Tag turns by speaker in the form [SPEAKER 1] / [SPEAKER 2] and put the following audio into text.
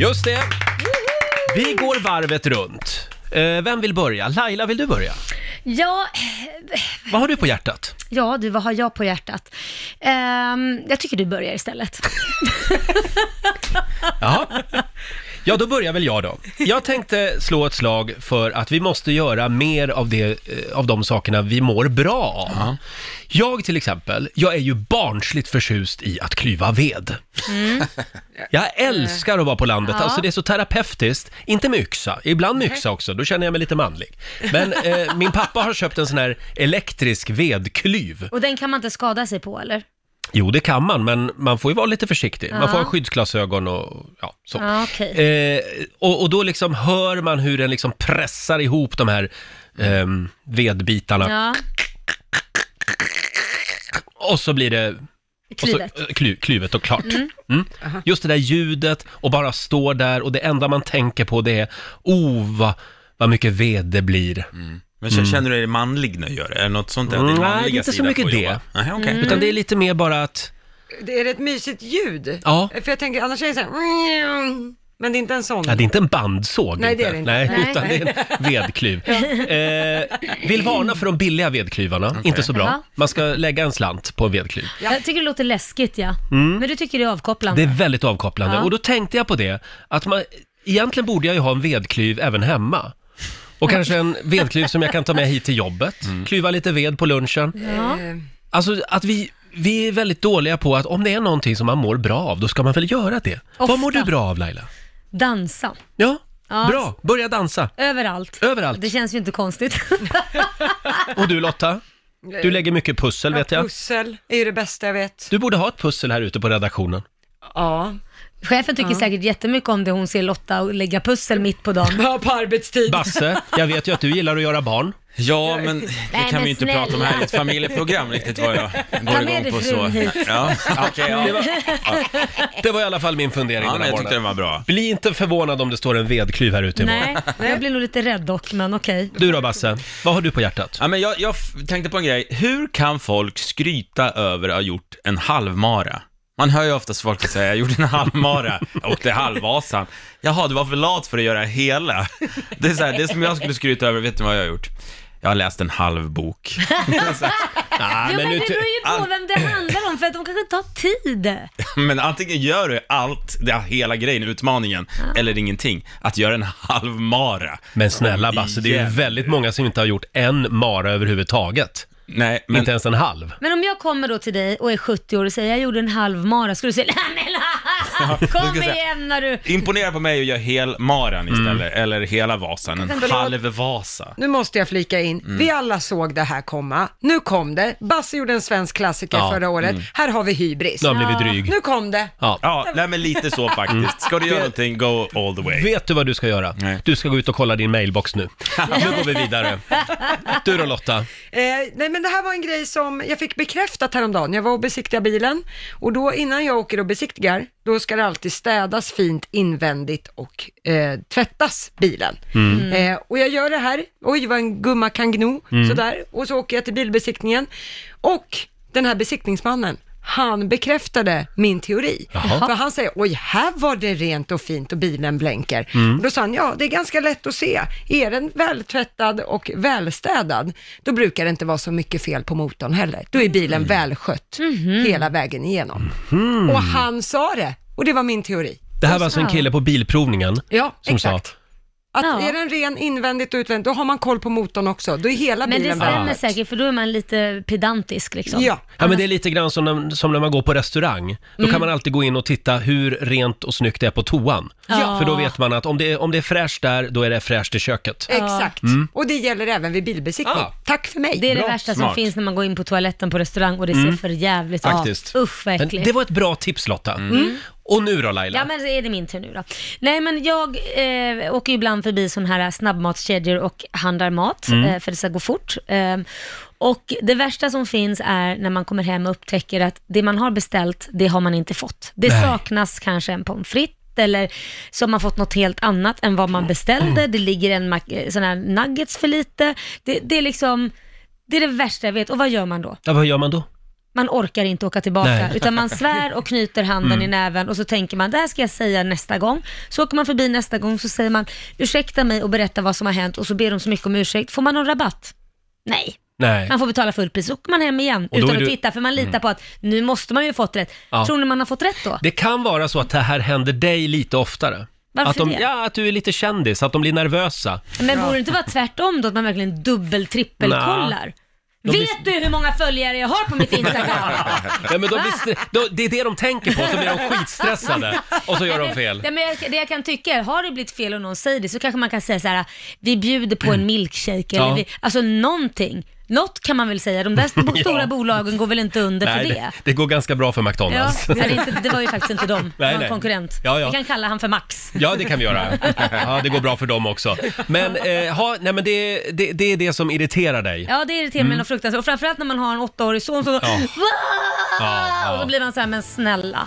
[SPEAKER 1] Just det! Vi går varvet runt. Eh, Vem vill börja? Laila, vill du börja?
[SPEAKER 2] Ja,
[SPEAKER 1] Vad har du på hjärtat?
[SPEAKER 2] ja du, vad har jag på hjärtat? Ehm, jag tycker du börjar istället.
[SPEAKER 1] Jaha. Ja, då börjar väl jag då. Jag tänkte slå ett slag för att vi måste göra mer av, det, eh, av de sakerna vi mår bra av. Jag till exempel, jag är ju barnsligt förtjust i att klyva ved. Jag älskar att vara på landet,
[SPEAKER 2] Ja.
[SPEAKER 1] alltså det är så terapeutiskt. Inte med yxa, ibland med yxa också, då känner jag mig lite manlig. Men eh, min pappa har köpt en sån här elektrisk vedklyv.
[SPEAKER 2] Och den kan man inte skada sig på, eller?
[SPEAKER 1] Jo, det kan man, men man får ju vara lite försiktig. Man
[SPEAKER 2] Ja.
[SPEAKER 1] får ha skyddsglasögon och ja, så.
[SPEAKER 2] Ja, okej.
[SPEAKER 1] Eh, och, och då liksom hör man hur den liksom pressar ihop de här ehm, vedbitarna.
[SPEAKER 2] Ja,
[SPEAKER 1] Och så blir det...
[SPEAKER 2] Klyvet.
[SPEAKER 1] Och så, eh, kly, klyvet och klart. Mm. Just det där ljudet och bara stå där och det enda man tänker på det är oh, vad, vad mycket ved det blir.
[SPEAKER 2] Mm.
[SPEAKER 3] Men k- känner du dig manlig när du gör det? Är det något sånt där?
[SPEAKER 1] Mm,
[SPEAKER 3] Din
[SPEAKER 1] nej, det är
[SPEAKER 3] manliga
[SPEAKER 1] inte så
[SPEAKER 3] sida
[SPEAKER 1] mycket
[SPEAKER 3] får
[SPEAKER 1] det. Mm.
[SPEAKER 3] jobba? Nej, okej.
[SPEAKER 1] Utan det är lite mer bara att...
[SPEAKER 4] Det är ett mysigt ljud.
[SPEAKER 1] Ja.
[SPEAKER 4] För jag tänker, annars är det så här... mm, Men det är inte en sån.
[SPEAKER 1] Ja, det är inte en bandsåg.
[SPEAKER 4] Nej, det är det inte.
[SPEAKER 1] Nej,
[SPEAKER 2] Nej.
[SPEAKER 1] utan det är en vedklyv. Eh, vill varna för de billiga vedklyvarna, inte så bra.
[SPEAKER 2] Jaha.
[SPEAKER 1] Man ska lägga en slant på en vedklyv.
[SPEAKER 4] Ja.
[SPEAKER 2] Jag tycker det låter läskigt, ja. Men du tycker det är avkopplande?
[SPEAKER 1] Mm. Det är väldigt avkopplande.
[SPEAKER 2] Ja.
[SPEAKER 1] Och då tänkte jag på det, att man, egentligen borde jag ju ha en vedklyv även hemma. Och kanske en vedklyv som jag kan ta med hit till jobbet, klyva lite ved på lunchen.
[SPEAKER 2] Ja.
[SPEAKER 4] Eh,
[SPEAKER 1] Alltså att vi, vi är väldigt dåliga på att om det är någonting som man mår bra av, då ska man väl göra det. Vad
[SPEAKER 2] Ofta.
[SPEAKER 1] mår du bra av Laila?
[SPEAKER 2] Dansa.
[SPEAKER 1] Ja,
[SPEAKER 2] Ja.
[SPEAKER 1] bra. Börja dansa.
[SPEAKER 2] Överallt.
[SPEAKER 1] Överallt.
[SPEAKER 2] Det känns ju inte konstigt.
[SPEAKER 1] Och du Lotta? Du lägger mycket pussel vet jag.
[SPEAKER 4] Pussel är ju det bästa jag vet.
[SPEAKER 1] Du borde ha ett pussel här ute på redaktionen.
[SPEAKER 4] Ja.
[SPEAKER 2] Chefen tycker säkert jättemycket om det hon ser Lotta och lägga pussel mitt på dagen.
[SPEAKER 4] Ja, på arbetstid.
[SPEAKER 1] Basse, jag vet ju att du gillar att göra barn.
[SPEAKER 3] Ja, men det kan
[SPEAKER 2] men
[SPEAKER 3] vi ju inte
[SPEAKER 2] snälla.
[SPEAKER 3] prata om här i ett familjeprogram riktigt vad jag går
[SPEAKER 2] med
[SPEAKER 3] igång
[SPEAKER 2] dig
[SPEAKER 3] på så.
[SPEAKER 2] frun hit.
[SPEAKER 3] Ja, okej,
[SPEAKER 1] Det
[SPEAKER 3] ja.
[SPEAKER 1] var, det var i alla fall min fundering
[SPEAKER 3] ja
[SPEAKER 1] den
[SPEAKER 3] men
[SPEAKER 1] här
[SPEAKER 3] jag
[SPEAKER 1] morgonen.
[SPEAKER 3] tyckte den var bra.
[SPEAKER 1] Bli inte förvånad om det står en vedklyv här ute imorgon.
[SPEAKER 2] Nej, jag blir nog lite rädd dock, men okej.
[SPEAKER 1] Du då Basse, vad har du på hjärtat?
[SPEAKER 3] Ja, men jag, jag f- tänkte på en grej. Hur kan folk skryta över att ha gjort en halvmara? Man hör ju oftast folk säga, jag gjorde en halvmara, jag åkte halvvasan. Jaha, du var för lat för att göra hela. Det är så här, det som jag skulle skryta över, vet ni vad jag har gjort? Jag har läst en halv bok. Ah,
[SPEAKER 1] Nej,
[SPEAKER 2] Jo, men
[SPEAKER 1] nu
[SPEAKER 2] det
[SPEAKER 1] ty-
[SPEAKER 2] beror ju på vem det handlar om, för att de kanske tar tid.
[SPEAKER 3] Men antingen gör du allt, det, hela grejen, utmaningen, eller ingenting. Att göra en halvmara.
[SPEAKER 1] men snälla Basse, det är ju
[SPEAKER 3] Igen.
[SPEAKER 1] väldigt många som inte har gjort en mara överhuvudtaget.
[SPEAKER 3] Nej, men...
[SPEAKER 1] Inte ens en halv.
[SPEAKER 2] Men om jag kommer då till dig och är 70 år och säger jag gjorde en halv mara, skulle du säga nej men
[SPEAKER 3] jag
[SPEAKER 2] kom
[SPEAKER 3] skulle säga-
[SPEAKER 2] igen när du...
[SPEAKER 3] Imponera på mig och gör helmaran
[SPEAKER 1] Mm.
[SPEAKER 3] istället, eller hela vasan, en
[SPEAKER 4] Förlåt.
[SPEAKER 3] halv vasa.
[SPEAKER 4] Nu måste jag flika in.
[SPEAKER 1] Mm.
[SPEAKER 4] Vi alla såg det här komma. Nu kom det. Basse gjorde en svensk klassiker
[SPEAKER 1] Ja, Mm.
[SPEAKER 4] förra året. Här har vi hybris.
[SPEAKER 1] Nu har han blivit dryg.
[SPEAKER 4] Nu kom det.
[SPEAKER 1] Ja.
[SPEAKER 3] Ja, nej men lite så faktiskt. Ska du göra någonting, go all the way.
[SPEAKER 1] Vet du vad du ska göra?
[SPEAKER 3] Nej.
[SPEAKER 1] Du ska gå ut och kolla din mailbox nu. Nu går vi vidare. Du då Lotta?
[SPEAKER 4] Eh, nej men det här var en grej som jag fick bekräftat häromdagen. Jag var och besiktigade bilen och då innan jag åker och besiktigar, då ska det alltid städas fint invändigt och eh, tvättas bilen. Eh, och jag gör det här, oj vad en gumma kan gno, sådär. Och så åker jag till bilbesiktningen och den här besiktningsmannen, han bekräftade min teori. För han säger, oj, här var det rent och fint och bilen blänker. Då sa han, ja, det är ganska lätt att se. Är den vältvättad och välstädad, då brukar det inte vara så mycket fel på motorn heller. Då är bilen välskött
[SPEAKER 2] Mhm.
[SPEAKER 4] hela vägen igenom. Och han sa det, och det var min teori.
[SPEAKER 1] Det här var alltså en kille på bilprovningen
[SPEAKER 4] Ja,
[SPEAKER 1] som sa
[SPEAKER 4] exakt. Att
[SPEAKER 2] Ja.
[SPEAKER 4] är den ren invändigt och utvändigt, då har man koll på motorn också. Då är hela
[SPEAKER 2] Men det
[SPEAKER 4] bilen
[SPEAKER 2] stämmer
[SPEAKER 4] välskött.
[SPEAKER 2] säkert, för då är man lite pedantisk liksom.
[SPEAKER 4] Ja.
[SPEAKER 1] Ja, men det är lite grann som när, som när man går på restaurang. Då
[SPEAKER 2] Mm.
[SPEAKER 1] kan man alltid gå in och titta hur rent och snyggt det är på toan.
[SPEAKER 2] Ja.
[SPEAKER 1] För då vet man att om det, är, om det är fräscht där, då är det fräscht i köket.
[SPEAKER 4] Exakt. Och det gäller även vid bilbesiktning.
[SPEAKER 1] Ah.
[SPEAKER 4] Tack för mig.
[SPEAKER 2] Det är
[SPEAKER 1] Bra,
[SPEAKER 2] det värsta
[SPEAKER 3] smart.
[SPEAKER 2] som finns när man går in på toaletten på restaurang och det ser för jävligt
[SPEAKER 1] Faktiskt.
[SPEAKER 2] ut. Usch,
[SPEAKER 1] Men
[SPEAKER 2] verkligen.
[SPEAKER 1] det var ett bra tips Lotta. Och nu då Laila?
[SPEAKER 2] Ja men så är det min tur nu då. Nej men jag eh, åker ju ibland förbi sådana här snabbmatskedjor och handlar mat
[SPEAKER 1] Mm.
[SPEAKER 2] eh, för det ska gå fort. Eh, och det värsta som finns är när man kommer hem och upptäcker att det man har beställt, det har man inte fått. Det
[SPEAKER 1] Nej.
[SPEAKER 2] saknas kanske en pommes frites eller så har man fått något helt annat än vad man
[SPEAKER 1] Mm.
[SPEAKER 2] beställde. Det ligger en mac- sån här nuggets för lite. Det, det är liksom, det är det värsta jag vet. Och vad gör man då?
[SPEAKER 1] Ja, vad gör man då?
[SPEAKER 2] man orkar inte åka tillbaka,
[SPEAKER 1] Nej. Mm.
[SPEAKER 2] utan man svär och knyter handen i näven och så tänker man, det här ska jag säga nästa gång. Så åker man förbi nästa gång så säger man, ursäkta mig och berätta vad som har hänt och så ber de så mycket om ursäkt. Får man någon rabatt? Nej.
[SPEAKER 1] Nej.
[SPEAKER 2] Man får betala fullt pris, så åker man hem igen
[SPEAKER 1] då
[SPEAKER 2] utan
[SPEAKER 1] är
[SPEAKER 2] att
[SPEAKER 1] du- Mm.
[SPEAKER 2] titta, för man litar på att nu måste man ju ha fått rätt.
[SPEAKER 1] Ja.
[SPEAKER 2] Tror ni man har fått rätt då?
[SPEAKER 1] Det kan vara så att det här händer dig lite oftare.
[SPEAKER 2] Varför
[SPEAKER 1] att de,
[SPEAKER 2] det?
[SPEAKER 1] Ja, att du är lite kändis, att de blir nervösa.
[SPEAKER 2] Men borde det inte vara tvärtom då, att man verkligen dubbel trippelkollar?
[SPEAKER 1] De blir-
[SPEAKER 2] Vet du hur många följare jag har på mitt Instagram?
[SPEAKER 1] Ja, men de blir stre- de, det är det de tänker på, så blir de skitstressade och så gör de fel.
[SPEAKER 2] Det, men jag, det jag kan tycka är, har det blivit fel och någon säger det så kanske man kan säga så här, vi bjuder på en milkshake eller
[SPEAKER 1] Mm. Ja.
[SPEAKER 2] vi, alltså någonting. Något kan man väl säga, de där bo- stora
[SPEAKER 1] Ja.
[SPEAKER 2] bolagen går väl inte under
[SPEAKER 1] Nej,
[SPEAKER 2] för det.
[SPEAKER 1] det, det går ganska bra för
[SPEAKER 2] Ja,
[SPEAKER 1] McDonalds.
[SPEAKER 2] nej, det, är inte, det var ju faktiskt inte dem, det
[SPEAKER 1] Nej,
[SPEAKER 2] var en
[SPEAKER 1] nej.
[SPEAKER 2] konkurrent.
[SPEAKER 1] Ja, ja.
[SPEAKER 2] Vi kan kalla han för Max.
[SPEAKER 1] Ja, det kan vi göra. Ja, det går bra för dem också. Men, eh, ha, nej, men det, det, det är det som irriterar dig.
[SPEAKER 2] Ja, det irriterar
[SPEAKER 1] Mm.
[SPEAKER 2] mig något fruktansvärt. Och framförallt när man har en åttaårig son som
[SPEAKER 1] Ja.
[SPEAKER 2] ja.
[SPEAKER 1] Ja, ja.
[SPEAKER 2] Och då blir man så här, men snälla.